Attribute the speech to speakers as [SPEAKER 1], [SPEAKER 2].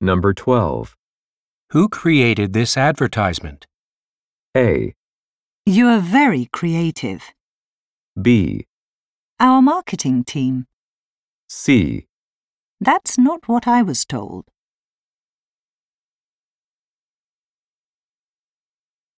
[SPEAKER 1] Number 12.
[SPEAKER 2] Who created this advertisement?
[SPEAKER 1] A,
[SPEAKER 3] You are very creative.
[SPEAKER 1] B,
[SPEAKER 3] Our marketing team.
[SPEAKER 1] C.
[SPEAKER 3] That's not what I was told.